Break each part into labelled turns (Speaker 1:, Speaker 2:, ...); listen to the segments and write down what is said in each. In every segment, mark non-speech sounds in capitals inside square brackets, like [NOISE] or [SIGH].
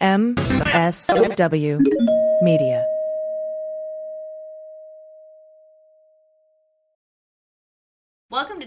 Speaker 1: MSW Media.
Speaker 2: Welcome to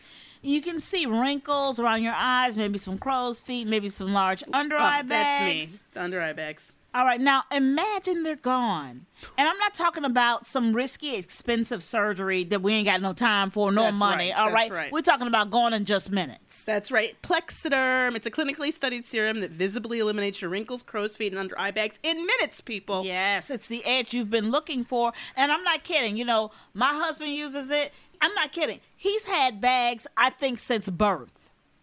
Speaker 3: You can see wrinkles around your eyes, maybe some crow's feet, maybe some large under eye bags.
Speaker 4: Oh, That's me. The under eye bags.
Speaker 3: All right, now imagine they're gone. And I'm not talking about some risky, expensive surgery that we ain't got no time for, no
Speaker 4: That's
Speaker 3: money.
Speaker 4: right,
Speaker 3: All
Speaker 4: that's
Speaker 3: right?
Speaker 4: right.
Speaker 3: we're talking about gone in just minutes.
Speaker 4: That's right. Plexiderm. It's a clinically studied serum that visibly eliminates your wrinkles, crow's feet, and under eye bags in minutes, people.
Speaker 3: Yes, it's the edge you've been looking for. And I'm not kidding. You know, my husband uses it. I'm not kidding. He's had bags, I think, since birth.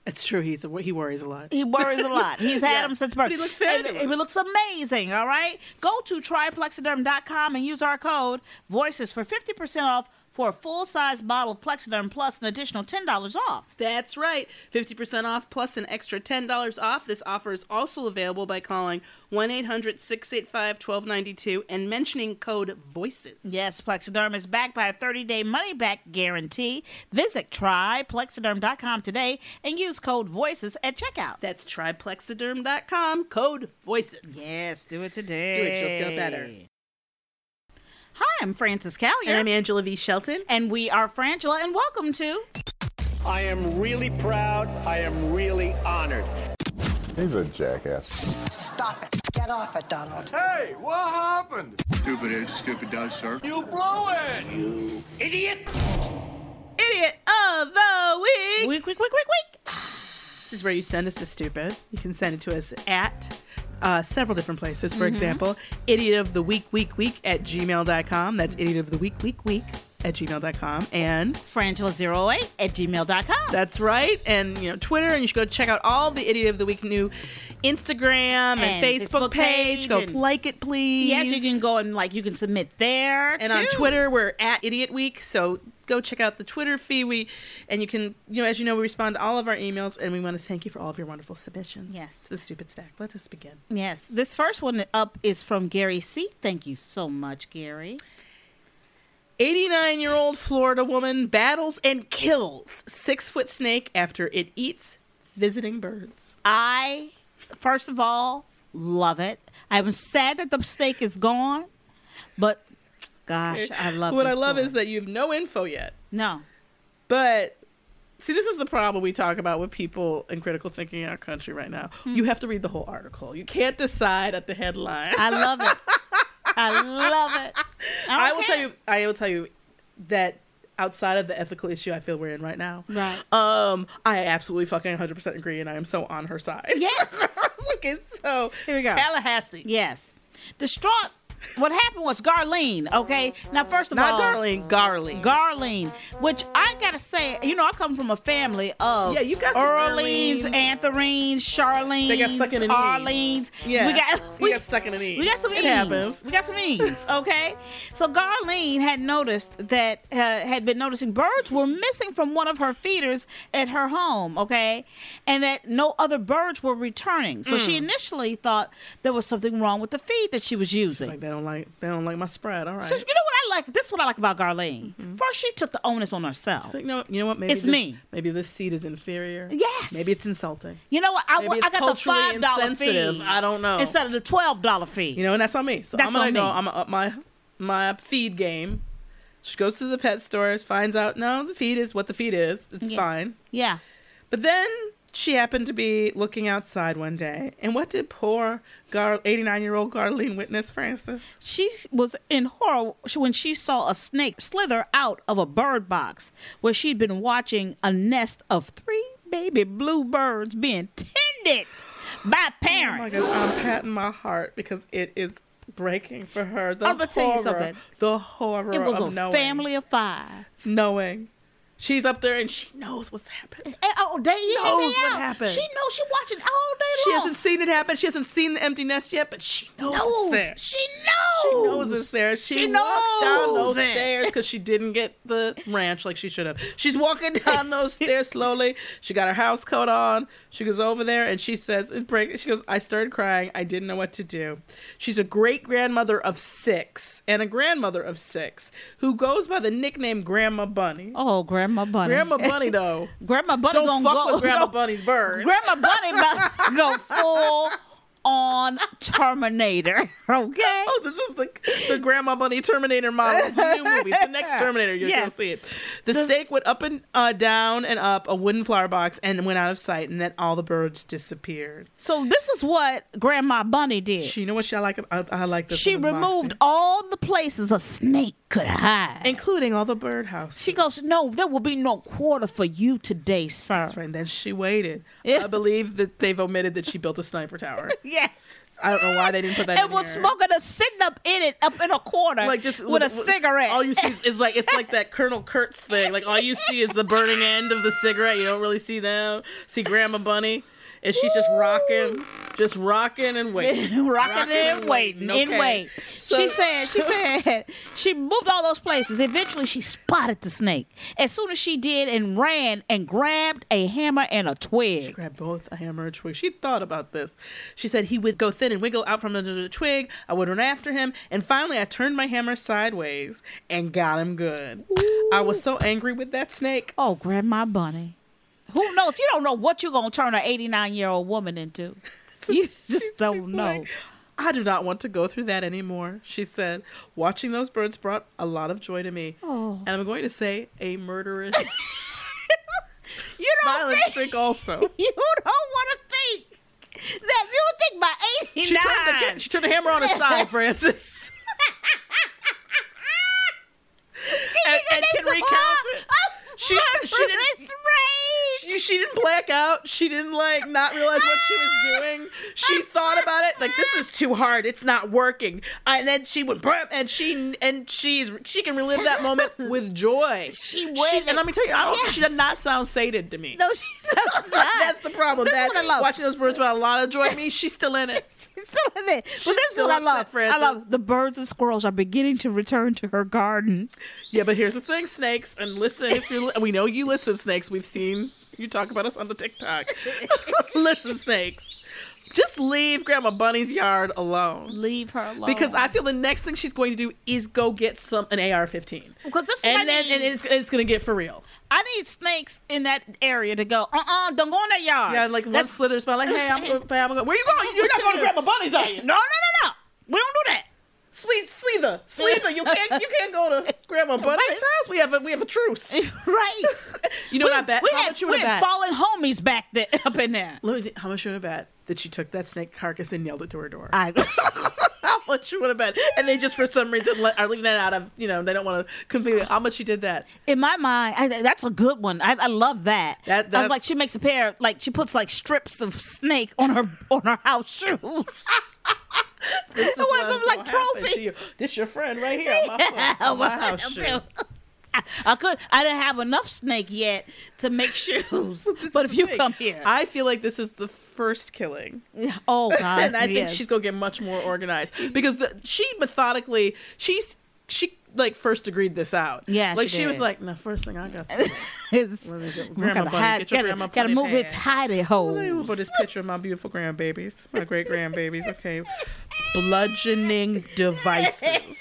Speaker 4: It's true. He's a, he worries a lot.
Speaker 3: He worries a lot. He's had
Speaker 4: Yes,
Speaker 3: him since birth.
Speaker 4: but he looks
Speaker 3: And
Speaker 4: fabulous.
Speaker 3: He looks amazing, all right? Go to triplexiderm.com and use our code VOICES for 50% off for a full-size bottle of Plexiderm plus an additional $10 off.
Speaker 4: That's right. 50% off plus an extra $10 off. This offer is also available by calling 1 800 685 1292 and mentioning code VOICES.
Speaker 3: Yes, Plexiderm is backed by a 30-day money-back guarantee. Visit triplexiderm.com today and use code VOICES at checkout.
Speaker 4: That's triplexiderm.com, code VOICES.
Speaker 3: Yes, do it
Speaker 4: Do
Speaker 3: today.
Speaker 4: it, you'll feel better.
Speaker 3: Hi, I'm Frances Callier.
Speaker 4: And I'm Angela V. Shelton.
Speaker 3: and we are Frangela, and welcome to...
Speaker 5: I am really proud. I am really honored.
Speaker 6: He's a jackass.
Speaker 7: Stop it. Get off it, Donald.
Speaker 5: Stupid is, stupid does, sir.
Speaker 4: Idiot of the week. Week, week, week, week, week. This is where you send us the stupid. You can send it to us at uh, several different places. For example, idiot of the week, week, week at gmail.com. That's idiot of the week, week, week at gmail.com. And
Speaker 3: frangela08 at gmail.com.
Speaker 4: that's right. And, you know, Twitter. And you should go check out all the idiot of the week new Instagram and,
Speaker 3: And
Speaker 4: Facebook,
Speaker 3: Facebook
Speaker 4: page.
Speaker 3: page
Speaker 4: Go
Speaker 3: and-
Speaker 4: like it, please.
Speaker 3: Yes, you can go and like you can submit there.
Speaker 4: And on
Speaker 3: too.
Speaker 4: Twitter, we're at Idiot Week. So go check out the Twitter feed. We and you can, you know, as you know, we respond to all of our emails, and we want to thank you for all of your wonderful submissions.
Speaker 3: Yes.
Speaker 4: to the stupid stack. Let us begin.
Speaker 3: Yes, this first one up is from Gary C. Thank you so much, Gary.
Speaker 4: 89 year old Florida woman battles and kills six foot snake after it eats visiting birds.
Speaker 3: I, first of all, love it. I'm sad that the steak is gone, but gosh, I love
Speaker 4: what
Speaker 3: this
Speaker 4: I love
Speaker 3: story.
Speaker 4: is that you have no info yet,
Speaker 3: No.
Speaker 4: but See, this is the problem we talk about with people and critical thinking in our country right now.
Speaker 3: Hmm.
Speaker 4: You have to read the whole article. You can't decide at the headline.
Speaker 3: I love it. I love it.
Speaker 4: [LAUGHS] I, will tell you. I will tell you that outside of the ethical issue I feel we're in right now,
Speaker 3: Right.
Speaker 4: Um, I absolutely fucking 100 percent agree, and I am so on her side. [LAUGHS]
Speaker 3: Yes.
Speaker 4: Look at so.
Speaker 3: Here we go. Tallahassee. Yes. Distraught. What happened was Garlene, okay? Now, first of
Speaker 4: Not
Speaker 3: all.
Speaker 4: Darlene, Garlene.
Speaker 3: Garlene, which I gotta say, you know, I come from a family of
Speaker 4: Yeah, you got some
Speaker 3: Earlene's,
Speaker 4: Earlenes.
Speaker 3: Anthorines, Charlene's,
Speaker 4: They got stuck in an E.
Speaker 3: Arlene's.
Speaker 4: Yeah.
Speaker 3: we got
Speaker 4: You got stuck in an E.
Speaker 3: We got some
Speaker 4: It
Speaker 3: E's.
Speaker 4: happens.
Speaker 3: We got some E's. Okay, so Garlene had noticed that uh, had been noticing birds were missing from one of her feeders at her home. Okay, and that no other birds were returning. So she
Speaker 4: Mm.
Speaker 3: initially thought there was something wrong with the feed that she was using.
Speaker 4: Like they don't like they don't like my spread. All right. Mm-hmm.
Speaker 3: So you know what I like? This is what I like about Garlene. First, she took the onus on herself.
Speaker 4: It's like, you know, you know what? Maybe
Speaker 3: It's
Speaker 4: this,
Speaker 3: me.
Speaker 4: Maybe this seed is inferior.
Speaker 3: Yes.
Speaker 4: Maybe it's insulting.
Speaker 3: You know what? I,
Speaker 4: Maybe it's
Speaker 3: I got the
Speaker 4: culturally
Speaker 3: five dollar
Speaker 4: insensitive.
Speaker 3: fee.
Speaker 4: I don't know.
Speaker 3: Instead of the twelve dollar fee.
Speaker 4: You know, and that's on me. So
Speaker 3: That's
Speaker 4: I'm gonna
Speaker 3: on
Speaker 4: go.
Speaker 3: me.
Speaker 4: I'm gonna up my my feed game. She goes to the pet stores, finds out no, the feed is what the feed is. It's
Speaker 3: Yeah.
Speaker 4: fine.
Speaker 3: Yeah.
Speaker 4: But then she happened to be looking outside one day, and what did poor 89 year old Garlene witness, Francis?
Speaker 3: She was in horror when she saw a snake slither out of a bird box where she'd been watching a nest of three baby blue birds being tended by
Speaker 4: Oh my
Speaker 3: parents.
Speaker 4: God, I'm patting my heart because it is breaking for her. The
Speaker 3: I'm gonna tell you
Speaker 4: horror-
Speaker 3: something.
Speaker 4: The horror
Speaker 3: it was
Speaker 4: of
Speaker 3: a
Speaker 4: knowing.
Speaker 3: family of five.
Speaker 4: knowing. She's up there and she knows what's happening.
Speaker 3: And oh, all day in,
Speaker 4: Knows
Speaker 3: day
Speaker 4: what
Speaker 3: out.
Speaker 4: happened.
Speaker 3: She knows she's watching all day
Speaker 4: She
Speaker 3: long.
Speaker 4: hasn't seen it happen. She hasn't seen the empty nest yet, but she knows,
Speaker 3: knows.
Speaker 4: it's there.
Speaker 3: She knows.
Speaker 4: She knows it's there. She,
Speaker 3: She
Speaker 4: walks down
Speaker 3: knows
Speaker 4: those
Speaker 3: it.
Speaker 4: stairs because she didn't get the ranch like she should have. She's walking down those stairs slowly. She got her house coat on. She goes over there and she says, "It breaks." She goes, "I started crying. I didn't know what to do." She's a great grandmother of six and a grandmother of six who goes by the nickname Grandma Bunny.
Speaker 3: Oh, Grandma Bunny.
Speaker 4: Grandma Bunny though.
Speaker 3: [LAUGHS] Grandma Bunny
Speaker 4: Don't
Speaker 3: gonna
Speaker 4: fuck
Speaker 3: go. [LAUGHS]
Speaker 4: with Grandma
Speaker 3: Bunny.
Speaker 4: Bunny's birds.
Speaker 3: Grandma Bunny about to go full on Terminator. [LAUGHS] Okay.
Speaker 4: [LAUGHS] Oh, this is the, the Grandma Bunny Terminator model. It's a new movie.
Speaker 3: [LAUGHS]
Speaker 4: It's the next Terminator. You're
Speaker 3: Yes.
Speaker 4: going to see it. The snake went up and uh, down and up a wooden flower box and went out of sight, and then all the birds disappeared.
Speaker 3: So this is what Grandma Bunny did.
Speaker 4: She, you know what she I like? I, I like this.
Speaker 3: She
Speaker 4: woman's
Speaker 3: removed
Speaker 4: boxing.
Speaker 3: all the places a snake could hide.
Speaker 4: including all the birdhouse.
Speaker 3: She goes, No, there will be no quarter for you today, sir.
Speaker 4: That's right. [LAUGHS] And then she waited.
Speaker 3: Yeah.
Speaker 4: I believe that they've omitted that she built a
Speaker 3: [LAUGHS]
Speaker 4: sniper tower.
Speaker 3: Yes.
Speaker 4: I don't know why they didn't put that.
Speaker 3: And
Speaker 4: in
Speaker 3: was
Speaker 4: here.
Speaker 3: smoking a sitting up in it, up in a corner,
Speaker 4: like just
Speaker 3: with a cigarette.
Speaker 4: All you see is, is like it's like that Colonel Kurtz thing. Like all you see is the burning end of the cigarette. You don't really see them. See Grandma Bunny, and she's just rocking, just rocking and
Speaker 3: [LAUGHS]
Speaker 4: waiting,
Speaker 3: rocking and waiting in
Speaker 4: Okay.
Speaker 3: wait.
Speaker 4: So-
Speaker 3: she said, [LAUGHS] she said, she moved all those places. Eventually, she spotted the snake. As soon as she did, and ran and grabbed a hammer and a
Speaker 4: [LAUGHS] She
Speaker 3: twig.
Speaker 4: grabbed both a hammer and twig. She thought about this. She said he would go thin and wiggle out from under the twig. I would run after him, and finally I turned my hammer sideways and got him good. I was so angry with that snake.
Speaker 3: Oh, Grandma Bunny. Who knows? You don't know what you're gonna turn an 89 year old woman [LAUGHS] into. You just don't know.
Speaker 4: like, I do not want to go through that anymore, she said. Watching those birds brought a lot of joy to me.
Speaker 3: Oh.
Speaker 4: And I'm going to say a murderous
Speaker 3: you don't
Speaker 4: violence
Speaker 3: think,
Speaker 4: streak also.
Speaker 3: [LAUGHS] you don't want to think that you would think by 89.
Speaker 4: She turned, the, she turned the hammer on his side, Francis. and, and can recount it. She, she
Speaker 3: [LAUGHS]
Speaker 4: didn't she, she didn't black out. She didn't like not realize what she was doing. She thought about it like this is too hard. It's not working. And then she would burp, and she and she's she can relive
Speaker 3: [LAUGHS]
Speaker 4: that moment with joy.
Speaker 3: She
Speaker 4: would.
Speaker 3: would.
Speaker 4: and let me tell you, I don't. She
Speaker 3: Yes.
Speaker 4: does not sound sated to me.
Speaker 3: No, she does not.
Speaker 4: [LAUGHS] That's the problem.
Speaker 3: This
Speaker 4: That
Speaker 3: one I love.
Speaker 4: watching those birds brought a lot of joy to me. She's still in it.
Speaker 3: [LAUGHS] She's still in it. Well, this is
Speaker 4: still
Speaker 3: what I
Speaker 4: upset,
Speaker 3: love. I
Speaker 4: Francis.
Speaker 3: love the birds and squirrels are beginning to return to her garden.
Speaker 4: Yeah, but here's the thing, snakes. And listen, if you're, we know you listen, snakes. We've seen you talk about us on the TikTok. [LAUGHS] listen, snakes. Just leave Grandma Bunny's yard alone.
Speaker 3: Leave her alone.
Speaker 4: Because I feel the next thing she's going to do is go get some an AR-15,
Speaker 3: because this is what I
Speaker 4: and then
Speaker 3: need.
Speaker 4: and it's, it's going to get for real.
Speaker 3: I need snakes in that area to go. Uh uh-uh, uh, do not go in that yard.
Speaker 4: Yeah,
Speaker 3: [LAUGHS]
Speaker 4: like one
Speaker 3: That's- [LAUGHS]
Speaker 4: slithers by, like, hey, I'm, go- hey, I'm going. Where you going? You're not going to Grandma Bunny's, are you? [LAUGHS]
Speaker 3: No, no, no, no. We don't do that.
Speaker 4: Sleether, Sleether, Sleether. You can't, you can't go to
Speaker 3: [LAUGHS]
Speaker 4: Grandma Buddy's house. We have a, we have a truce.
Speaker 3: Right.
Speaker 4: you know what I bet?
Speaker 3: We
Speaker 4: How
Speaker 3: had,
Speaker 4: much you
Speaker 3: we
Speaker 4: would
Speaker 3: had
Speaker 4: bet?
Speaker 3: fallen homies back then [LAUGHS] up in there.
Speaker 4: Let me. How much you would have bet that she took that snake carcass and nailed it to her door?
Speaker 3: I,
Speaker 4: [LAUGHS] how much you would have bet? And they just for some reason let, are leaving that out of you know they don't want to completely. How much she did that?
Speaker 3: [LAUGHS] in my mind, I, that's a good one. I, I love that.
Speaker 4: That-
Speaker 3: I was
Speaker 4: that's-
Speaker 3: like, she makes a pair, like she puts like strips of snake on her [LAUGHS] on her house shoes.
Speaker 4: This is
Speaker 3: It was
Speaker 4: what's
Speaker 3: like
Speaker 4: gonna happen to
Speaker 3: trophies.
Speaker 4: you. This your friend right
Speaker 3: [LAUGHS]
Speaker 4: here. My,
Speaker 3: Yeah,
Speaker 4: phone, my
Speaker 3: well,
Speaker 4: house shoe.
Speaker 3: I, I could. I didn't have enough snake yet to make [LAUGHS] shoes. but if
Speaker 4: the
Speaker 3: you
Speaker 4: thing.
Speaker 3: come here,
Speaker 4: I feel like this is the
Speaker 3: [LAUGHS]
Speaker 4: first killing. [LAUGHS]
Speaker 3: oh god,
Speaker 4: and I think
Speaker 3: yes.
Speaker 4: she's gonna get much more organized
Speaker 3: Mm-hmm.
Speaker 4: because the, she methodically she's she like first agreed this out.
Speaker 3: Yeah,
Speaker 4: like
Speaker 3: she
Speaker 4: she, was
Speaker 3: did.
Speaker 4: like, the first thing I got
Speaker 3: [LAUGHS]
Speaker 4: to do,
Speaker 3: It's-
Speaker 4: let me get
Speaker 3: Gotta
Speaker 4: grandma bunny,
Speaker 3: hide-
Speaker 4: get your
Speaker 3: gotta-
Speaker 4: grandma
Speaker 3: gotta
Speaker 4: bunny
Speaker 3: move its
Speaker 4: pants.
Speaker 3: hidey
Speaker 4: Let me
Speaker 3: holes.
Speaker 4: put this picture of my beautiful grandbabies, my great grandbabies. Okay,
Speaker 3: [LAUGHS]
Speaker 4: bludgeoning devices.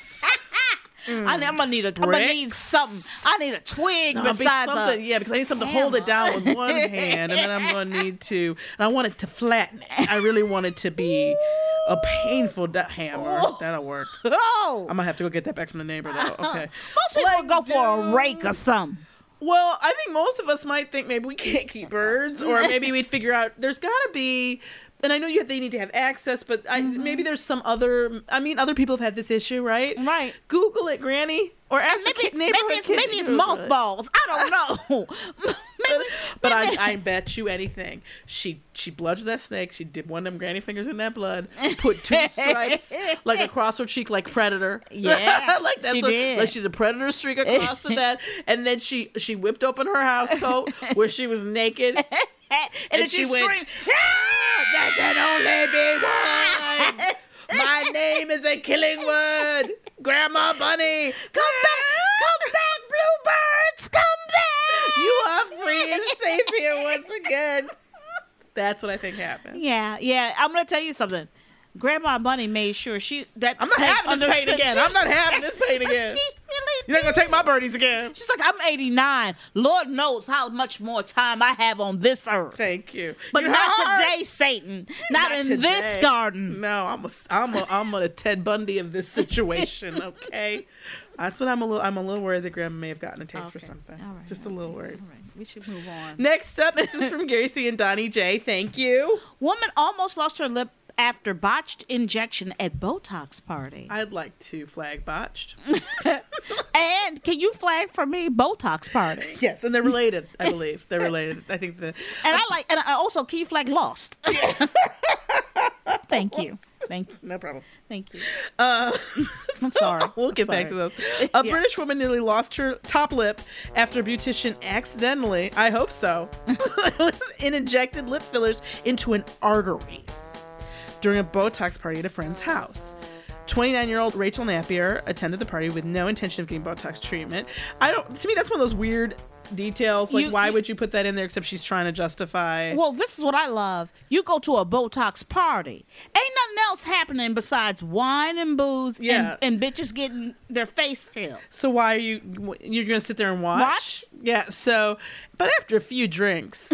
Speaker 3: I, am gonna need a. I'm gonna need something. I need a twig
Speaker 4: No, it'd be
Speaker 3: besides uh,
Speaker 4: something-
Speaker 3: a.
Speaker 4: yeah, because I need something to hold it down with one hand, and then I'm going
Speaker 3: [LAUGHS]
Speaker 4: to need to, and I want it to flatten. it. I really want it to be a painful da- hammer. That'll work.
Speaker 3: Oh,
Speaker 4: I'm gonna have to go get that back from the neighbor though.
Speaker 3: [LAUGHS]
Speaker 4: Okay.
Speaker 3: most people go for a rake or something.
Speaker 4: Well, I think most of us might think maybe we
Speaker 3: [LAUGHS]
Speaker 4: can't keep birds, or maybe we'd figure out there's gotta be. And I know you have, they need to have access, but I,
Speaker 3: Mm-hmm.
Speaker 4: maybe there's some other. I mean, other people have had this issue, right?
Speaker 3: Right.
Speaker 4: Google it, Granny, or ask the
Speaker 3: Maybe,
Speaker 4: kid,
Speaker 3: maybe
Speaker 4: neighborhood
Speaker 3: it's
Speaker 4: kid
Speaker 3: maybe it's
Speaker 4: Google it.
Speaker 3: mothballs. I don't know.
Speaker 4: [LAUGHS]
Speaker 3: maybe,
Speaker 4: But I, I bet you anything. She she bludgeoned that snake. She did one of them granny fingers in that blood.
Speaker 3: [LAUGHS]
Speaker 4: Put two stripes like across her cheek, like predator.
Speaker 3: Yeah,
Speaker 4: [LAUGHS] like that's
Speaker 3: she
Speaker 4: what-
Speaker 3: did.
Speaker 4: Like she did a predator streak across to that, and then she she whipped open her house
Speaker 3: [LAUGHS]
Speaker 4: coat where she was naked.
Speaker 3: and,
Speaker 4: and
Speaker 3: then she,
Speaker 4: she went,
Speaker 3: screamed.
Speaker 4: That can only be one.
Speaker 3: [LAUGHS]
Speaker 4: My name is a killing word. Grandma Bunny,
Speaker 3: Come back, come back, bluebirds, come back.
Speaker 4: you are free and safe here once again. That's what I think happened.
Speaker 3: Yeah, yeah. I'm gonna tell you something. Grandma Bunny made sure she that
Speaker 4: I'm not
Speaker 3: snake
Speaker 4: having this pain
Speaker 3: understood-
Speaker 4: again.
Speaker 3: she-
Speaker 4: I'm not
Speaker 3: [LAUGHS]
Speaker 4: having this pain again.
Speaker 3: She really
Speaker 4: You're not gonna
Speaker 3: did.
Speaker 4: take my birdies again.
Speaker 3: She's like, I'm 89. Lord knows how much more time I have on this earth.
Speaker 4: Thank you.
Speaker 3: But
Speaker 4: You know
Speaker 3: not
Speaker 4: how hard-
Speaker 3: today, Satan. Not, in
Speaker 4: today.
Speaker 3: this garden.
Speaker 4: No, I'm a, I'm a, I'm a Ted Bundy of this
Speaker 3: [LAUGHS]
Speaker 4: situation. Okay, that's what I'm a little I'm a little worried that Grandma may have gotten a taste for something.
Speaker 3: All right,
Speaker 4: Just a little worried.
Speaker 3: All right, we should move on.
Speaker 4: Next up, this is from Gary C and Donnie J. Thank you.
Speaker 3: Woman almost lost her lip after botched injection at Botox party.
Speaker 4: I'd like to
Speaker 3: [LAUGHS]
Speaker 4: flag botched.
Speaker 3: and can you flag for me Botox party?
Speaker 4: Yes, and they're related. I believe they're related. I
Speaker 3: [LAUGHS]
Speaker 4: think the
Speaker 3: And I like, and I also key flag
Speaker 4: [LAUGHS]
Speaker 3: lost. [LAUGHS] Thank you. Thank you.
Speaker 4: no problem.
Speaker 3: Thank you.
Speaker 4: Uh, [LAUGHS]
Speaker 3: I'm sorry.
Speaker 4: We'll
Speaker 3: I'm
Speaker 4: get
Speaker 3: sorry.
Speaker 4: back to those.
Speaker 3: [LAUGHS]
Speaker 4: A British woman nearly lost her top lip after a beautician accidentally, I hope so, [LAUGHS] and injected lip fillers into an artery during a Botox party at a friend's house. 29 year old Rachel Napier attended the party with no intention of getting Botox treatment. I don't, to me, that's one of those weird details. Like,
Speaker 3: You-
Speaker 4: why
Speaker 3: you-
Speaker 4: would you put that in there except she's trying to justify?
Speaker 3: Well, this is what I love. You go to a Botox party. Ain't nothing else happening besides wine and booze
Speaker 4: Yeah.
Speaker 3: and, and bitches getting their face filled.
Speaker 4: So why are you you're gonna sit there and watch?
Speaker 3: Watch?
Speaker 4: Yeah. So, but after a few
Speaker 3: [LAUGHS]
Speaker 4: drinks,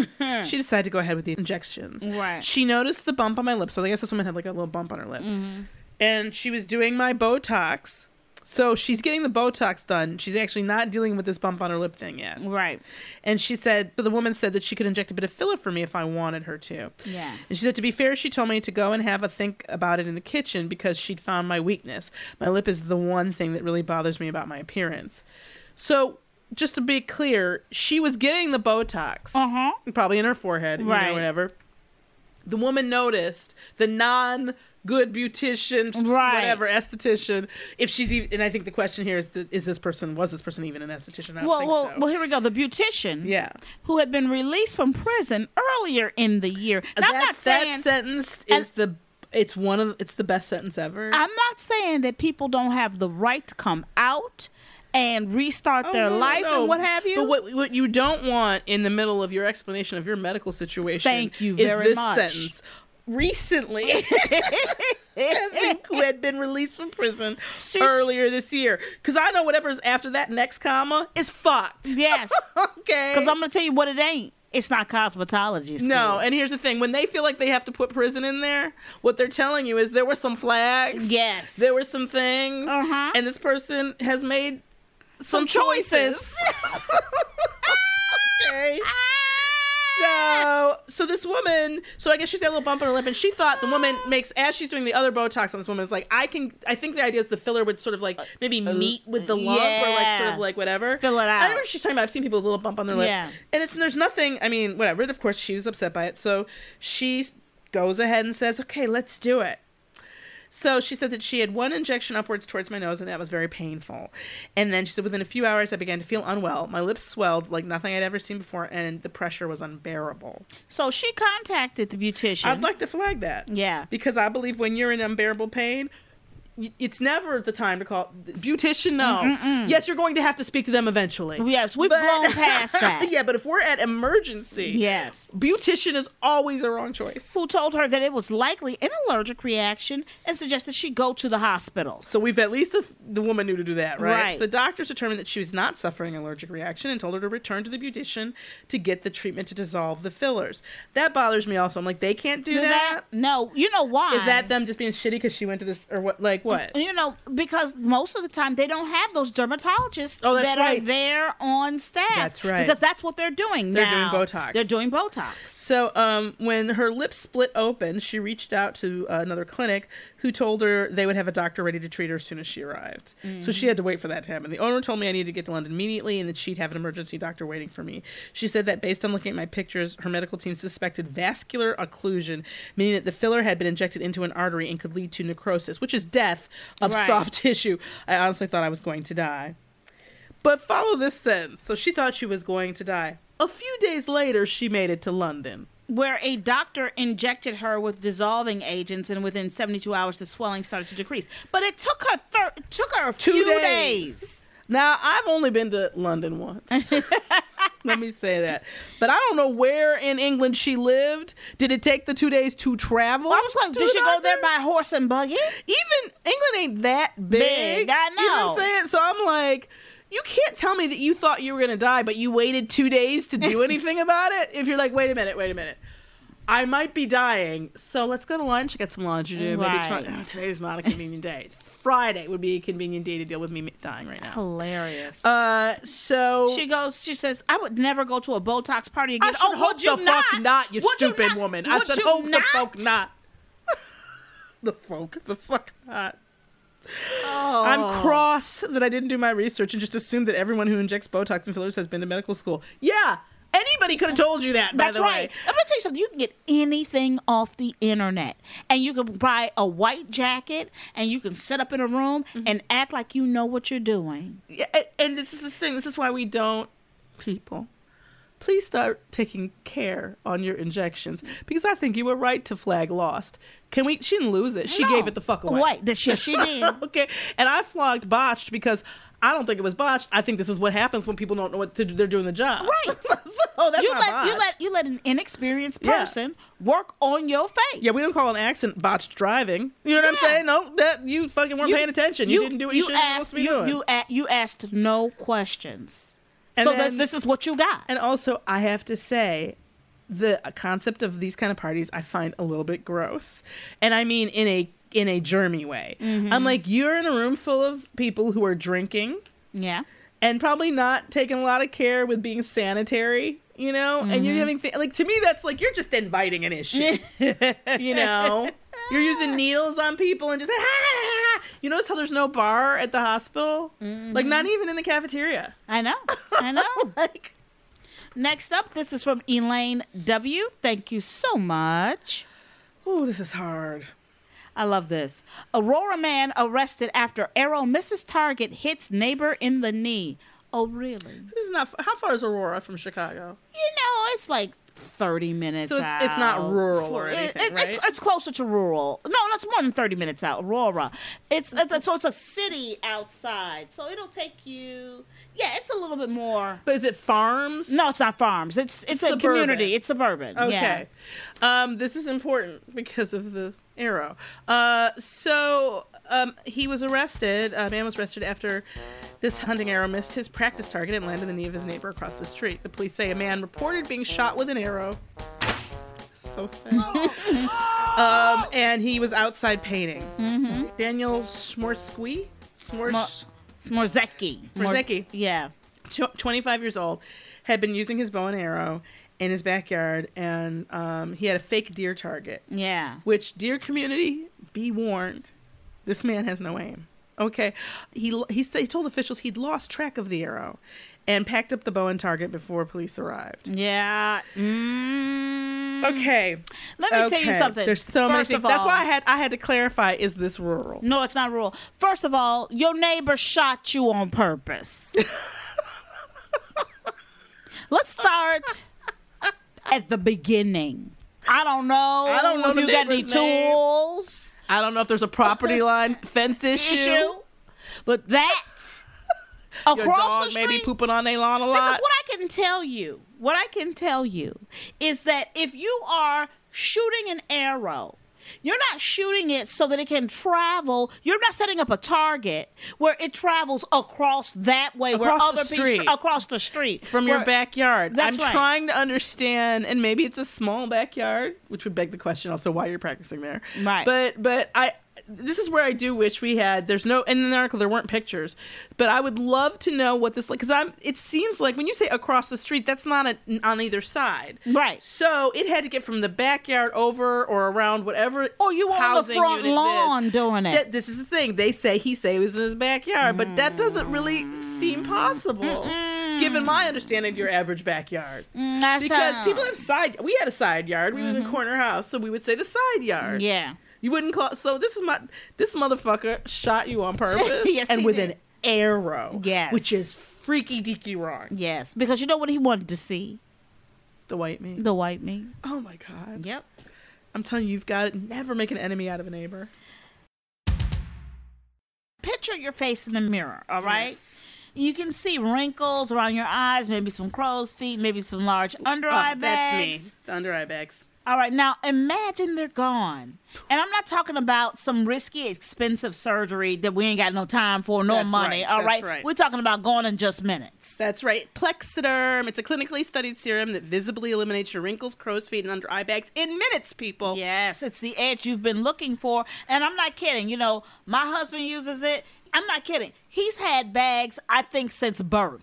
Speaker 4: she decided to go ahead with the injections.
Speaker 3: Right.
Speaker 4: She noticed the bump on my lip. So I guess this woman had like a little bump on her lip,
Speaker 3: Mm-hmm.
Speaker 4: and she was doing my Botox. So she's getting the Botox done. She's actually not dealing with this bump on her lip thing yet.
Speaker 3: Right.
Speaker 4: And she said, so the woman said that she could inject a bit of filler for me if I wanted her to.
Speaker 3: Yeah.
Speaker 4: And she said, to be fair, she told me to go and have a think about it in the kitchen because she'd found my weakness. My lip is the one thing that really bothers me about my appearance. So, just to be clear, she was getting the Botox,
Speaker 3: Uh huh.
Speaker 4: probably in her forehead, you know,
Speaker 3: Right.
Speaker 4: whatever. The woman noticed the non good beautician,
Speaker 3: Right.
Speaker 4: whatever esthetician. If she's even, and I think the question here is, that, is this person was this person even an esthetician? I don't
Speaker 3: Well,
Speaker 4: think
Speaker 3: well,
Speaker 4: so.
Speaker 3: well, here we go. The beautician,
Speaker 4: Yeah.
Speaker 3: who had been released from prison earlier in the year. Now, I'm
Speaker 4: That-
Speaker 3: not saying
Speaker 4: that sentence
Speaker 3: and-
Speaker 4: is the it's one of it's the best sentence ever.
Speaker 3: I'm not saying that people don't have the right to come out and restart
Speaker 4: Oh,
Speaker 3: their
Speaker 4: no,
Speaker 3: life
Speaker 4: no.
Speaker 3: and what have you.
Speaker 4: But what what you don't want in the middle of your explanation of your medical situation
Speaker 3: Thank you
Speaker 4: is
Speaker 3: very
Speaker 4: this
Speaker 3: much.
Speaker 4: sentence. Recently, [LAUGHS] who had been released from prison earlier this year? Because I know whatever's after that next comma is fucked. [LAUGHS]
Speaker 3: yes,
Speaker 4: Okay,
Speaker 3: because I'm gonna tell you what it ain't. It's not cosmetology. School.
Speaker 4: No, and here's the thing: when they feel like they have to put prison in there, what they're telling you is there were some flags.
Speaker 3: Yes.
Speaker 4: there were some things, uh-huh. and this person has made
Speaker 3: [LAUGHS]
Speaker 4: some, choices. okay.
Speaker 3: Ah!
Speaker 4: So, so this woman, so I guess she's got a little bump on her lip, and she thought the woman makes as she's doing the other Botox on this woman is like, I can, I think the idea is the filler would sort of like maybe meet with the lump or like sort
Speaker 3: Uh, yeah.
Speaker 4: of like whatever.
Speaker 3: Fill it
Speaker 4: I
Speaker 3: out.
Speaker 4: don't know what she's talking about. I've seen people with a little bump on their lip,
Speaker 3: Yeah.
Speaker 4: and it's there's nothing. I mean, whatever. And of course, she was upset by it, so she goes ahead and says, "Okay, let's do it." So she said that she had one injection upwards towards my nose, and that was very painful. And then she said, within a few hours, I began to feel unwell. My lips swelled like nothing I'd ever seen before, and the pressure was unbearable.
Speaker 3: So she contacted the beautician.
Speaker 4: I'd like to flag that.
Speaker 3: Yeah.
Speaker 4: Because I believe when you're in unbearable pain, y- it's never the time to call beautician. No, yes, you're going to have to speak to them eventually.
Speaker 3: Mm, Yes, we've blown past
Speaker 4: [LAUGHS]
Speaker 3: that.
Speaker 4: yeah, but if we're at emergency,
Speaker 3: Yes.
Speaker 4: beautician is always a wrong choice.
Speaker 3: Who told her that it was likely an allergic reaction and suggested she go to the hospital.
Speaker 4: So we've at least the, the woman knew to do that, right?
Speaker 3: Right.
Speaker 4: So the doctors determined that she was not suffering an allergic reaction and told her to return to the beautician to get the treatment to dissolve the fillers. That bothers me also. I'm like, they can't do
Speaker 3: Do
Speaker 4: that.
Speaker 3: that? No, you know why?
Speaker 4: Is that them just being shitty because she went to this or what? Like what?
Speaker 3: You know, because most of the time they don't have those dermatologists
Speaker 4: Oh, that's
Speaker 3: that
Speaker 4: right.
Speaker 3: are there on staff.
Speaker 4: That's right.
Speaker 3: Because that's what they're doing.
Speaker 4: They're
Speaker 3: now.
Speaker 4: doing Botox.
Speaker 3: They're doing Botox.
Speaker 4: So, um, when her lips split open, she reached out to uh, another clinic who told her they would have a doctor ready to treat her as soon as she arrived. So, she had to wait for that to happen. The owner told me I needed to get to London immediately and that she'd have an emergency doctor waiting for me. She said that based on looking at my pictures, her medical team suspected vascular occlusion, meaning that the filler had been injected into an artery and could lead to necrosis, which is death of
Speaker 3: Right.
Speaker 4: soft [LAUGHS] tissue. I honestly thought I was going to die. But follow this sentence. So, she thought she was going to die. A few days later, she made it to London.
Speaker 3: Where a doctor injected her with dissolving agents, and within 72 hours the swelling started to decrease. But it took her thir- took her a few days.
Speaker 4: Now I've only been to
Speaker 3: [LAUGHS]
Speaker 4: London once. Let me say that. But I don't know where in England she lived. Did it take the two days to travel?
Speaker 3: I was like,
Speaker 4: to
Speaker 3: did
Speaker 4: the
Speaker 3: she go there
Speaker 4: doctor?
Speaker 3: by horse and buggy?
Speaker 4: Even England ain't that big.
Speaker 3: Big, I
Speaker 4: You know what
Speaker 3: know.
Speaker 4: I'm saying? So I'm like, you can't tell me that you thought you were gonna die, but you waited two days to
Speaker 3: [LAUGHS]
Speaker 4: do anything about it. If you're like, wait a minute, wait a minute. I might be dying, so let's go to lunch. Get some lunch to do. Maybe it's
Speaker 3: Right.
Speaker 4: Friday. Oh, today's not a convenient day. Friday would be a convenient day to deal with me dying right now.
Speaker 3: Hilarious.
Speaker 4: Uh, so
Speaker 3: She goes. She says, "I would never go to a Botox party
Speaker 4: I
Speaker 3: again."
Speaker 4: should
Speaker 3: oh,
Speaker 4: hope
Speaker 3: would you
Speaker 4: the
Speaker 3: not?
Speaker 4: fuck not, you
Speaker 3: Would
Speaker 4: stupid
Speaker 3: not?
Speaker 4: woman. I
Speaker 3: Would
Speaker 4: should
Speaker 3: you
Speaker 4: hope
Speaker 3: not?
Speaker 4: the fuck not. [LAUGHS] the fuck, the fuck not.
Speaker 3: Oh.
Speaker 4: I'm cross that I didn't do my research and just assumed that everyone who injects Botox and fillers has been to medical school. Yeah, anybody could have told you that. by
Speaker 3: That's
Speaker 4: the
Speaker 3: right.
Speaker 4: way.
Speaker 3: I'm gonna tell you something. You can get anything off the internet, and you can buy a white jacket, and you can sit up in a room
Speaker 4: Mm-hmm.
Speaker 3: and act like you know what you're doing.
Speaker 4: Yeah, and- and this is the thing. This is why we don't people. Please start taking care on your injections because I think you were right to flag lost. Can we? She didn't lose it. She gave it the fuck away.
Speaker 3: White. The shit she
Speaker 4: [LAUGHS]
Speaker 3: did.
Speaker 4: okay. And I flogged botched because I don't think it was botched. I think this is what happens when people don't know what to do. They're doing the job.
Speaker 3: Right.
Speaker 4: [LAUGHS] so that's
Speaker 3: you
Speaker 4: not
Speaker 3: let you
Speaker 4: botched.
Speaker 3: let you let an inexperienced
Speaker 4: Yeah.
Speaker 3: person work on your face.
Speaker 4: Yeah, we don't call an accident botched driving. You know what
Speaker 3: Yeah.
Speaker 4: I'm saying? No, that you fucking weren't paying attention. You, didn't do what you, should
Speaker 3: asked.
Speaker 4: supposed to be
Speaker 3: you,
Speaker 4: doing.
Speaker 3: You, a- you asked no questions.
Speaker 4: And
Speaker 3: so
Speaker 4: then-
Speaker 3: this, this is what you got.
Speaker 4: And also, I have to say, the concept of these kind of parties I find a little bit gross, and I mean in a in a germy way.
Speaker 3: Mm-hmm.
Speaker 4: I'm like, you're in a room full of people who are drinking
Speaker 3: yeah.
Speaker 4: and probably not taking a lot of care with being sanitary, you know. And you're having th- like to me, that's like you're just inviting an issue, you know. You're using needles on people and just "Ah, you notice how there's no bar at the hospital, like not even in the cafeteria.
Speaker 3: I know. [LAUGHS] I know.
Speaker 4: like
Speaker 3: Next up, this is from Elaine W. Thank you so much.
Speaker 4: Oh, this is hard.
Speaker 3: I love this. Aurora man arrested after arrow misses target hits neighbor in the knee. Oh, really?
Speaker 4: This is not. f- How far is Aurora from Chicago?
Speaker 3: You know, it's like 30 minutes
Speaker 4: So it's- it's not
Speaker 3: out.
Speaker 4: rural or
Speaker 3: It-
Speaker 4: anything,
Speaker 3: it's, it's-
Speaker 4: right?
Speaker 3: it's closer to rural. No, that's more than 30 minutes out. Aurora. It's, it's So it's a city outside. So it'll take you, yeah, it's a little bit more.
Speaker 4: But is it farms?
Speaker 3: No, it's not farms. It's it's
Speaker 4: Suburban.
Speaker 3: a community. It's suburban.
Speaker 4: Okay.
Speaker 3: Yeah.
Speaker 4: Um, this is important because of the Arrow. Uh, so um, he was arrested. A man was arrested after this hunting arrow missed his practice target and landed in the knee of his neighbor across the street. The police say a man reported being shot with an arrow. So sad. [LAUGHS] um, and he was outside painting.
Speaker 3: Mhm.
Speaker 4: Daniel Smorsky. Smors.
Speaker 3: Mo- Smorzecki.
Speaker 4: Smorzecki.
Speaker 3: Yeah.
Speaker 4: Tw- 25 years old, had been using his bow and arrow in his backyard, and um, he had a fake deer target.
Speaker 3: Yeah.
Speaker 4: Which, dear community, be warned, this man has no aim. Okay, he l- he said he told officials he'd lost track of the arrow, and packed up the bow and target before police arrived.
Speaker 3: Mm. Yeah. Mm.
Speaker 4: Okay.
Speaker 3: Let me tell you
Speaker 4: Okay.
Speaker 3: something.
Speaker 4: There's so many
Speaker 3: First
Speaker 4: things.
Speaker 3: of
Speaker 4: That's why
Speaker 3: all-
Speaker 4: I had I had to clarify: is this rural?
Speaker 3: No, it's not rural. First of all, your neighbor shot you on
Speaker 4: [LAUGHS]
Speaker 3: purpose. Let's start at the beginning. I don't know.
Speaker 4: I don't know
Speaker 3: if
Speaker 4: the
Speaker 3: you got any
Speaker 4: neighbor's name.
Speaker 3: tools
Speaker 4: I don't know if there's
Speaker 3: [LAUGHS]
Speaker 4: a property line fence issue.
Speaker 3: issue, but that
Speaker 4: Your
Speaker 3: across
Speaker 4: dog
Speaker 3: the street.
Speaker 4: maybe pooping on their lawn a
Speaker 3: Because
Speaker 4: lot.
Speaker 3: what I can tell you, what I can tell you is that if you are shooting an arrow, you're not shooting it so that it can travel. You're not setting up a target where it travels across that way, where
Speaker 4: Across the
Speaker 3: other people
Speaker 4: street.
Speaker 3: across the street
Speaker 4: from your
Speaker 3: where-
Speaker 4: backyard.
Speaker 3: That's
Speaker 4: I'm
Speaker 3: right.
Speaker 4: trying to understand, and maybe it's a small backyard, which would beg the question also why you're practicing there.
Speaker 3: Right.
Speaker 4: But but I this is where I do wish we had. There's no and in the article there weren't pictures, but I would love to know what this like because I'm. It seems like when you say across the street, that's not a, on either side.
Speaker 3: Right.
Speaker 4: So it had to get from the backyard over or around whatever.
Speaker 3: Or Oh, you on the
Speaker 4: housing
Speaker 3: front
Speaker 4: unit is.
Speaker 3: lawn doing it.
Speaker 4: That- this is the thing. They say he say it was in his backyard, but that doesn't really seem possible, given my understanding of your average backyard.
Speaker 3: Mm, that's
Speaker 4: Because
Speaker 3: how-
Speaker 4: people have side. We had a side yard. We lived in a corner house, so we would say the side yard.
Speaker 3: Yeah.
Speaker 4: You wouldn't call. So this is my. This motherfucker shot you on purpose.
Speaker 3: [LAUGHS] Yes,
Speaker 4: and
Speaker 3: he
Speaker 4: with
Speaker 3: did.
Speaker 4: an arrow.
Speaker 3: Yes.
Speaker 4: Which is freaky deaky wrong.
Speaker 3: Yes, because you know what he wanted to see?
Speaker 4: The white meat.
Speaker 3: The white meat.
Speaker 4: Oh my god.
Speaker 3: Yep.
Speaker 4: I'm telling you, you've got it. Never make an enemy out of a neighbor.
Speaker 3: Picture your face in the mirror, all right? You can see wrinkles around your eyes, maybe some crow's feet, maybe some large under eye
Speaker 4: Oh,
Speaker 3: bags.
Speaker 4: that's me. The under eye bags.
Speaker 3: All right, now imagine they're gone. And I'm not talking about some risky, expensive surgery that we ain't got no time for, no
Speaker 4: That's
Speaker 3: money.
Speaker 4: right,
Speaker 3: All
Speaker 4: that's
Speaker 3: right?
Speaker 4: right.
Speaker 3: we're talking about gone in just minutes.
Speaker 4: That's right. Plexiderm. It's a clinically studied serum that visibly eliminates your wrinkles, crow's feet, and under eye bags in minutes, people.
Speaker 3: Yes, it's the edge you've been looking for. And I'm not kidding. You know, my husband uses it. I'm not kidding. He's had bags, I think, since birth.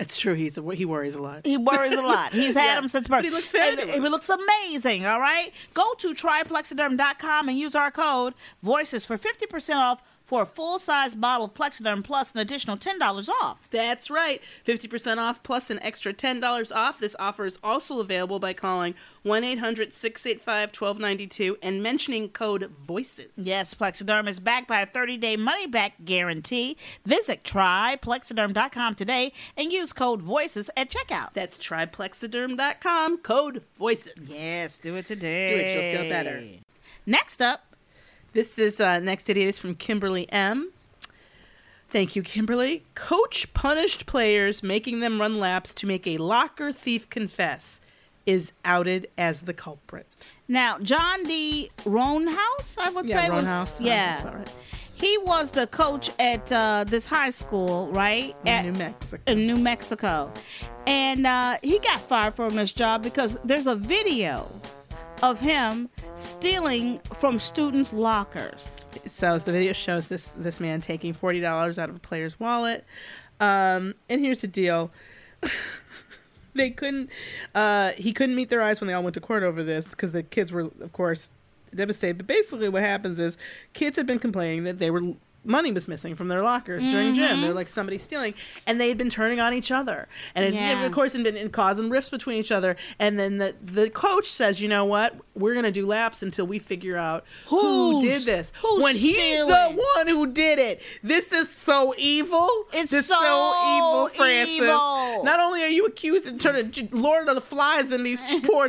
Speaker 4: It's true. He's a, he worries a lot.
Speaker 3: He worries a lot. He's had
Speaker 4: Yes,
Speaker 3: them since birth.
Speaker 4: but he looks
Speaker 3: And
Speaker 4: fabulous.
Speaker 3: He looks amazing. All right. Go to triplexiderm.com and use our code voices for 50% off for a full size bottle of Plexiderm plus an additional $10 off.
Speaker 4: That's right. 50% off plus an extra $10 off. This offer is also available by calling 1 800 685 1292 and mentioning code VOICES.
Speaker 3: Yes, Plexiderm is backed by a 30 day money back guarantee. Visit triplexiderm.com today and use code voices at checkout.
Speaker 4: That's triplexiderm.com, code VOICES.
Speaker 3: Yes, do it today.
Speaker 4: Do it, you'll feel better.
Speaker 3: Next up,
Speaker 4: This is uh, next idiot is from Kimberly M. Thank you, Kimberly. Coach punished players, making them run laps to make a locker thief confess, is outed as the culprit.
Speaker 3: now John D. Roanhouse, I would say was yeah. He was the coach at uh, this high school, right? At,
Speaker 4: New Mexico.
Speaker 3: in New Mexico. And uh, he got fired from his job because there's a video of him stealing from students' lockers.
Speaker 4: So the video shows this this man taking forty dollars out of a player's wallet. Um, and here's the deal: [LAUGHS] they couldn't, uh, he couldn't meet their eyes when they all went to court over this because the kids were, of course, devastated. But basically, what happens is kids had been complaining that they were money was missing from their lockers during gym. They were like somebody stealing, and they had been turning on each other, and it,
Speaker 3: Yeah.
Speaker 4: it, of course, had been and causing rifts between each other. And then the the coach says, you know what? We're gonna do laps until we figure out who
Speaker 3: Who's-
Speaker 4: did this.
Speaker 3: who's
Speaker 4: when he's
Speaker 3: stealing?
Speaker 4: the one who did it. This is so evil.
Speaker 3: It's
Speaker 4: this is
Speaker 3: so
Speaker 4: evil, Francis.
Speaker 3: evil.
Speaker 4: Not only are you accused of turning j- Lord of the Flies in
Speaker 3: [LAUGHS]
Speaker 4: these ch- poor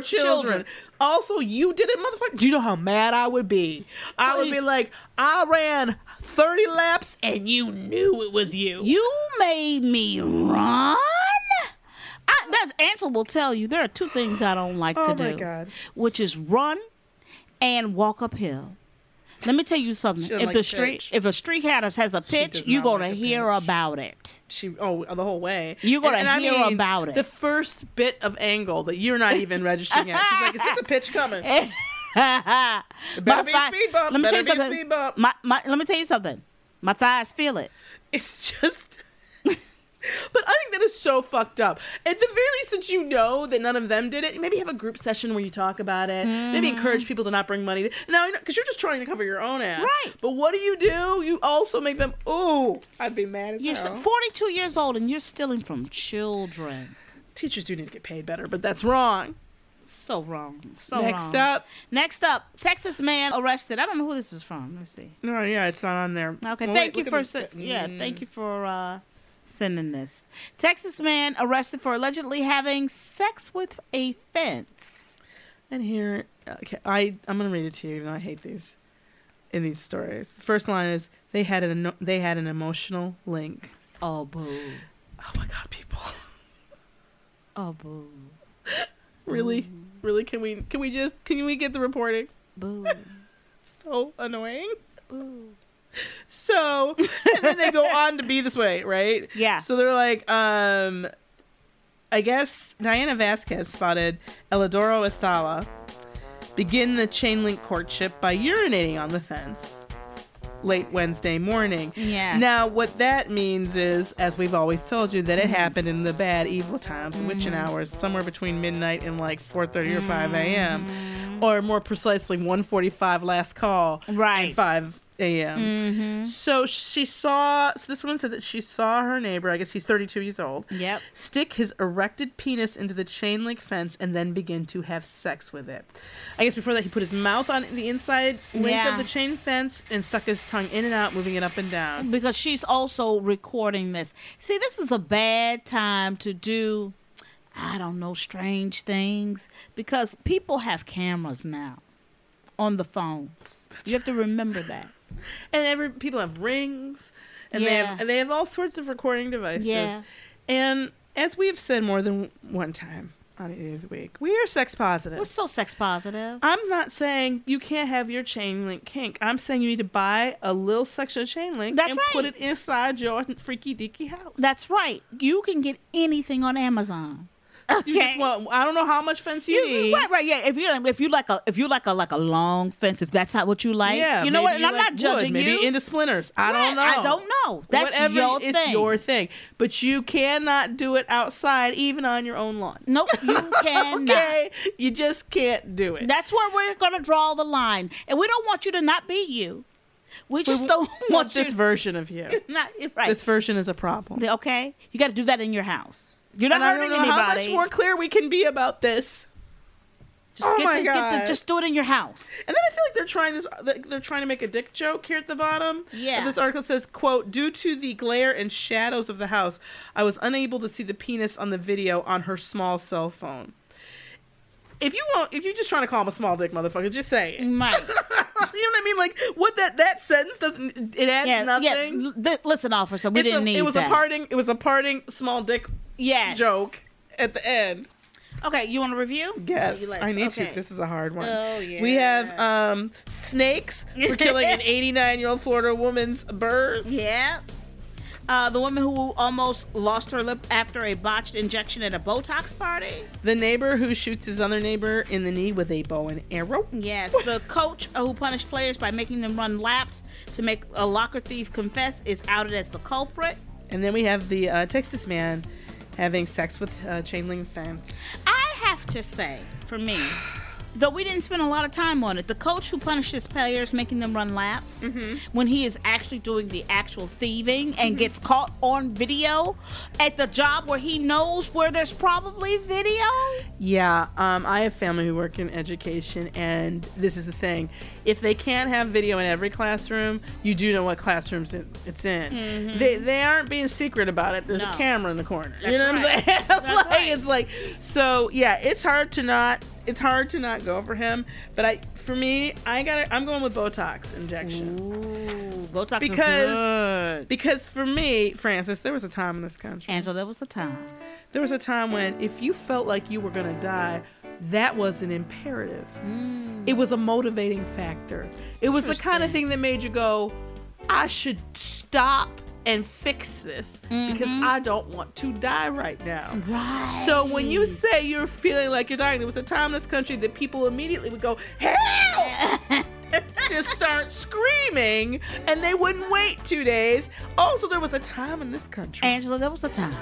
Speaker 3: Children.
Speaker 4: children, also you did it, motherfucker. Do you know how mad I would be? I would be like, I ran thirty laps and you knew it was you.
Speaker 3: You made me run. I, that's Ansel will tell you there are two things I don't like
Speaker 4: Oh
Speaker 3: to
Speaker 4: my
Speaker 3: do,
Speaker 4: God.
Speaker 3: which is run and walk uphill. Let me tell you something.
Speaker 4: She don't
Speaker 3: If
Speaker 4: like
Speaker 3: the street,
Speaker 4: pitch.
Speaker 3: if a street hat has- has a pitch,
Speaker 4: does
Speaker 3: you
Speaker 4: not
Speaker 3: gonna
Speaker 4: like a
Speaker 3: hear about it.
Speaker 4: She oh the whole way.
Speaker 3: You gonna
Speaker 4: And- and
Speaker 3: hear
Speaker 4: I mean,
Speaker 3: about it.
Speaker 4: The first bit of angle that you're not even registering at. She's like, is this a pitch coming?
Speaker 3: [LAUGHS] It better
Speaker 4: better be a speed bump.
Speaker 3: Let me
Speaker 4: better
Speaker 3: tell you
Speaker 4: be a
Speaker 3: something.
Speaker 4: speed bump.
Speaker 3: My, my, let me tell you something. My thighs feel it.
Speaker 4: It's just. [LAUGHS] But I think that is so fucked up. At the very least, since you know that none of them did it, maybe have a group session where you talk about it. Maybe
Speaker 3: Mhm.
Speaker 4: encourage people to not bring money. To, now, because you're just trying to cover your own ass. Right. But what do you do? You also make them, ooh, I'd be mad as
Speaker 3: You're
Speaker 4: hell.
Speaker 3: still 42 years old and you're stealing from children.
Speaker 4: Teachers do need to get paid better, but that's wrong.
Speaker 3: So wrong. So
Speaker 4: Next
Speaker 3: wrong.
Speaker 4: up.
Speaker 3: Next up, Texas man arrested. I don't know who this is from. Let me see.
Speaker 4: No, yeah, it's not on there.
Speaker 3: Okay,
Speaker 4: Well,
Speaker 3: thank
Speaker 4: wait,
Speaker 3: you
Speaker 4: look
Speaker 3: for
Speaker 4: at
Speaker 3: se-
Speaker 4: the-
Speaker 3: yeah, thank
Speaker 4: Mm.
Speaker 3: you for uh, sending this. Texas man arrested for allegedly having sex with a fence.
Speaker 4: And here, okay, I I'm gonna read it to you, even though I hate these in these stories. The first line is they had an eno- they had an emotional link.
Speaker 3: Oh boo!
Speaker 4: Oh my god, people! [LAUGHS]
Speaker 3: Oh boo!
Speaker 4: Really,
Speaker 3: Mm.
Speaker 4: really, can we can we just can we get the reporting?
Speaker 3: Boo!
Speaker 4: so annoying.
Speaker 3: Boo!
Speaker 4: So, and then
Speaker 3: [LAUGHS]
Speaker 4: they go on to be this way, right?
Speaker 3: Yeah.
Speaker 4: So they're like, um, I guess Diana Vasquez spotted Elidoro Esawa begin the chain link courtship by urinating on the fence late Wednesday morning.
Speaker 3: Yeah.
Speaker 4: Now, what that means is, as we've always told you, that it happened in the bad, evil times, witching hours, somewhere between midnight and like 4:30 or 5 a.m., or more precisely, 1:45 last call, right, and 5 a.m.
Speaker 3: Mm-hmm.
Speaker 4: So she saw. So this woman said that she saw her neighbor. I guess he's 32 years old.
Speaker 3: Yep.
Speaker 4: Stick his erected penis into the chain link fence and then begin to have sex with it. I guess before that, he put his mouth on the inside link
Speaker 3: Yeah.
Speaker 4: of the chain fence and stuck his tongue in and out, moving it up and down.
Speaker 3: Because she's also recording this. See, this is a bad time to do, I don't know, strange things because people have cameras now on the phones. You have to remember that.
Speaker 4: and every people have rings and they
Speaker 3: Yeah.
Speaker 4: have and they have all sorts of recording devices
Speaker 3: Yeah.
Speaker 4: and as we've said more than one time on Idiot of the Week, we are sex positive. We're
Speaker 3: so sex positive.
Speaker 4: I'm not saying you can't have your chain link kink. I'm saying you need to buy a little section of chain link
Speaker 3: That's
Speaker 4: and
Speaker 3: right.
Speaker 4: put it inside your [LAUGHS] freaky deaky house.
Speaker 3: That's right. You can get anything on Amazon. Okay.
Speaker 4: You just want, I don't know how much fence you, need.
Speaker 3: Right, right, yeah. If you if you like a if you like a like a long fence, if that's not what you like,
Speaker 4: Yeah,
Speaker 3: you know
Speaker 4: maybe
Speaker 3: what? And
Speaker 4: you
Speaker 3: I'm
Speaker 4: like
Speaker 3: not judging
Speaker 4: wood, maybe
Speaker 3: you.
Speaker 4: into splinters. I don't know.
Speaker 3: Right, I don't know. That's
Speaker 4: Whatever
Speaker 3: your
Speaker 4: is
Speaker 3: thing.
Speaker 4: your thing. But you cannot do it outside, even on your own lawn. [LAUGHS]
Speaker 3: Nope, you cannot.
Speaker 4: okay, you just can't do it.
Speaker 3: That's where we're gonna draw the line, and we don't want you to not be you. We just
Speaker 4: [LAUGHS]
Speaker 3: don't want
Speaker 4: this
Speaker 3: you-
Speaker 4: version
Speaker 3: [LAUGHS]
Speaker 4: of you.
Speaker 3: Not right.
Speaker 4: This version is a problem.
Speaker 3: okay, you got to do that in your house. You're not
Speaker 4: And
Speaker 3: hurting
Speaker 4: I don't know
Speaker 3: anybody.
Speaker 4: How much more clear we can be about this.
Speaker 3: Just
Speaker 4: oh
Speaker 3: get
Speaker 4: my
Speaker 3: the- get
Speaker 4: god!
Speaker 3: the- just do it in your house.
Speaker 4: And then I feel like they're trying this. like, They're trying to make a dick joke here at the bottom.
Speaker 3: Yeah.
Speaker 4: This article says, "quote Due to the glare and shadows of the house, I was unable to see the penis on the video on her small cell phone." If you want, if you're just trying to call him a small dick motherfucker, just say it. [LAUGHS] Uh,
Speaker 3: Right.
Speaker 4: you know what I mean? Like what that that sentence doesn't it adds
Speaker 3: yeah,
Speaker 4: nothing.
Speaker 3: yeah. L- th- listen, officer, we
Speaker 4: It's
Speaker 3: didn't
Speaker 4: a-
Speaker 3: need
Speaker 4: It was
Speaker 3: that.
Speaker 4: a parting. It was a parting small dick.
Speaker 3: Yes.
Speaker 4: Joke at the end.
Speaker 3: Okay, you want to review?
Speaker 4: Yes,
Speaker 3: You let's-
Speaker 4: I need
Speaker 3: okay.
Speaker 4: to. This is a hard one.
Speaker 3: Oh, yeah.
Speaker 4: We have um snakes for killing
Speaker 3: [LAUGHS]
Speaker 4: an 89 year old Florida woman's birds.
Speaker 3: Yeah. Uh, the woman who almost lost her lip after a botched injection at a Botox party.
Speaker 4: The neighbor who shoots his other neighbor in the knee with a bow and arrow.
Speaker 3: Yes. The coach who punished players by making them run laps to make a locker thief confess is outed as the culprit.
Speaker 4: And then we have the uh, Texas man having sex with uh, chain link fence.
Speaker 3: I have to say, for me, though we didn't spend a lot of time on it, the coach who punishes players making them run laps when he is actually doing the actual thieving and gets caught on video at the job where he knows where there's probably video.
Speaker 4: Yeah, um, I have family who work in education, and this is the thing: if they can't have video in every classroom, you do know what classrooms it- it's in.
Speaker 3: Mhm.
Speaker 4: They, they aren't being secret about it. There's
Speaker 3: No.
Speaker 4: a camera in the corner.
Speaker 3: That's
Speaker 4: you know what
Speaker 3: right.
Speaker 4: I'm saying? [LAUGHS] like, It's like so. Yeah, it's hard to not. It's hard to not go for him. But I, for me, I got. to I'm going with Botox injection
Speaker 3: Ooh, Botox is
Speaker 4: because
Speaker 3: good.
Speaker 4: because for me, Francis, there was a time in this country.
Speaker 3: Angela, there was a time.
Speaker 4: There was a time when if you felt like you were gonna die, that was an imperative. It was a motivating factor. It was the kind of thing that made you go, I should stop and fix this because
Speaker 3: Mhm.
Speaker 4: I don't want to die right now.
Speaker 3: Right.
Speaker 4: So when you say you're feeling like you're dying, there was a time in this country that people immediately would go, help! Just start screaming, and they wouldn't wait two days. Also, there was a time in this country,
Speaker 3: Angela, there was a time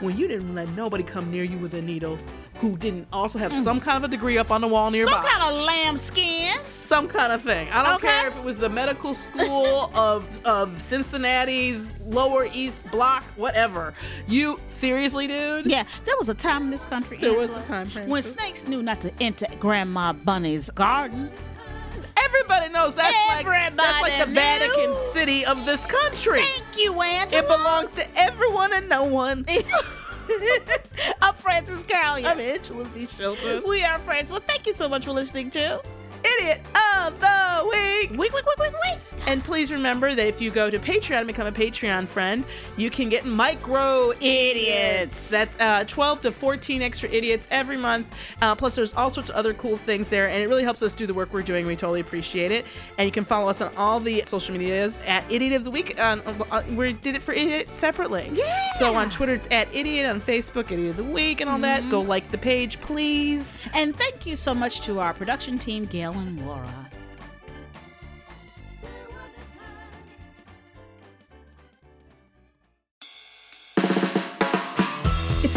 Speaker 4: when you didn't let nobody come near you with a needle who didn't also have
Speaker 3: Mm.
Speaker 4: some kind of a degree up on the wall nearby
Speaker 3: Some kind of lamb skin.
Speaker 4: some kind of thing. I don't
Speaker 3: Okay.
Speaker 4: care if it was the medical school of of Cincinnati's Lower East Block, whatever. You seriously, dude?
Speaker 3: Yeah, there was a time in this country.
Speaker 4: There was
Speaker 3: Angela,
Speaker 4: a time, Francis.
Speaker 3: when snakes knew not to enter Grandma Bunny's garden.
Speaker 4: Everybody knows that's like that's like the
Speaker 3: Everybody
Speaker 4: Vatican
Speaker 3: knew.
Speaker 4: City of this country.
Speaker 3: Thank you, Angela.
Speaker 4: It belongs to everyone and
Speaker 3: [LAUGHS]
Speaker 4: no one.
Speaker 3: I'm Francis Callion.
Speaker 4: I'm Angela B. Shelton.
Speaker 3: We are friends. Well, thank you so much for listening to
Speaker 4: Idiot of the week.
Speaker 3: Week, Week, Week, Week, Week.
Speaker 4: And please remember that if you go to Patreon and become a Patreon friend, you can get micro idiots. That's uh, 12 to 14 extra idiots every month. Uh, plus, there's all sorts of other cool things there, and it really helps us do the work we're doing. We totally appreciate it. And you can follow us on all the social medias at Idiot of the Week. On, uh, we did it for Idiot separately. Yeah. So on Twitter, it's at Idiot. On Facebook, Idiot of the Week, and all that.
Speaker 3: Mm-hmm.
Speaker 4: Go like the page, please.
Speaker 3: And thank you so much to our production team, Gail and Laura.
Speaker 8: It's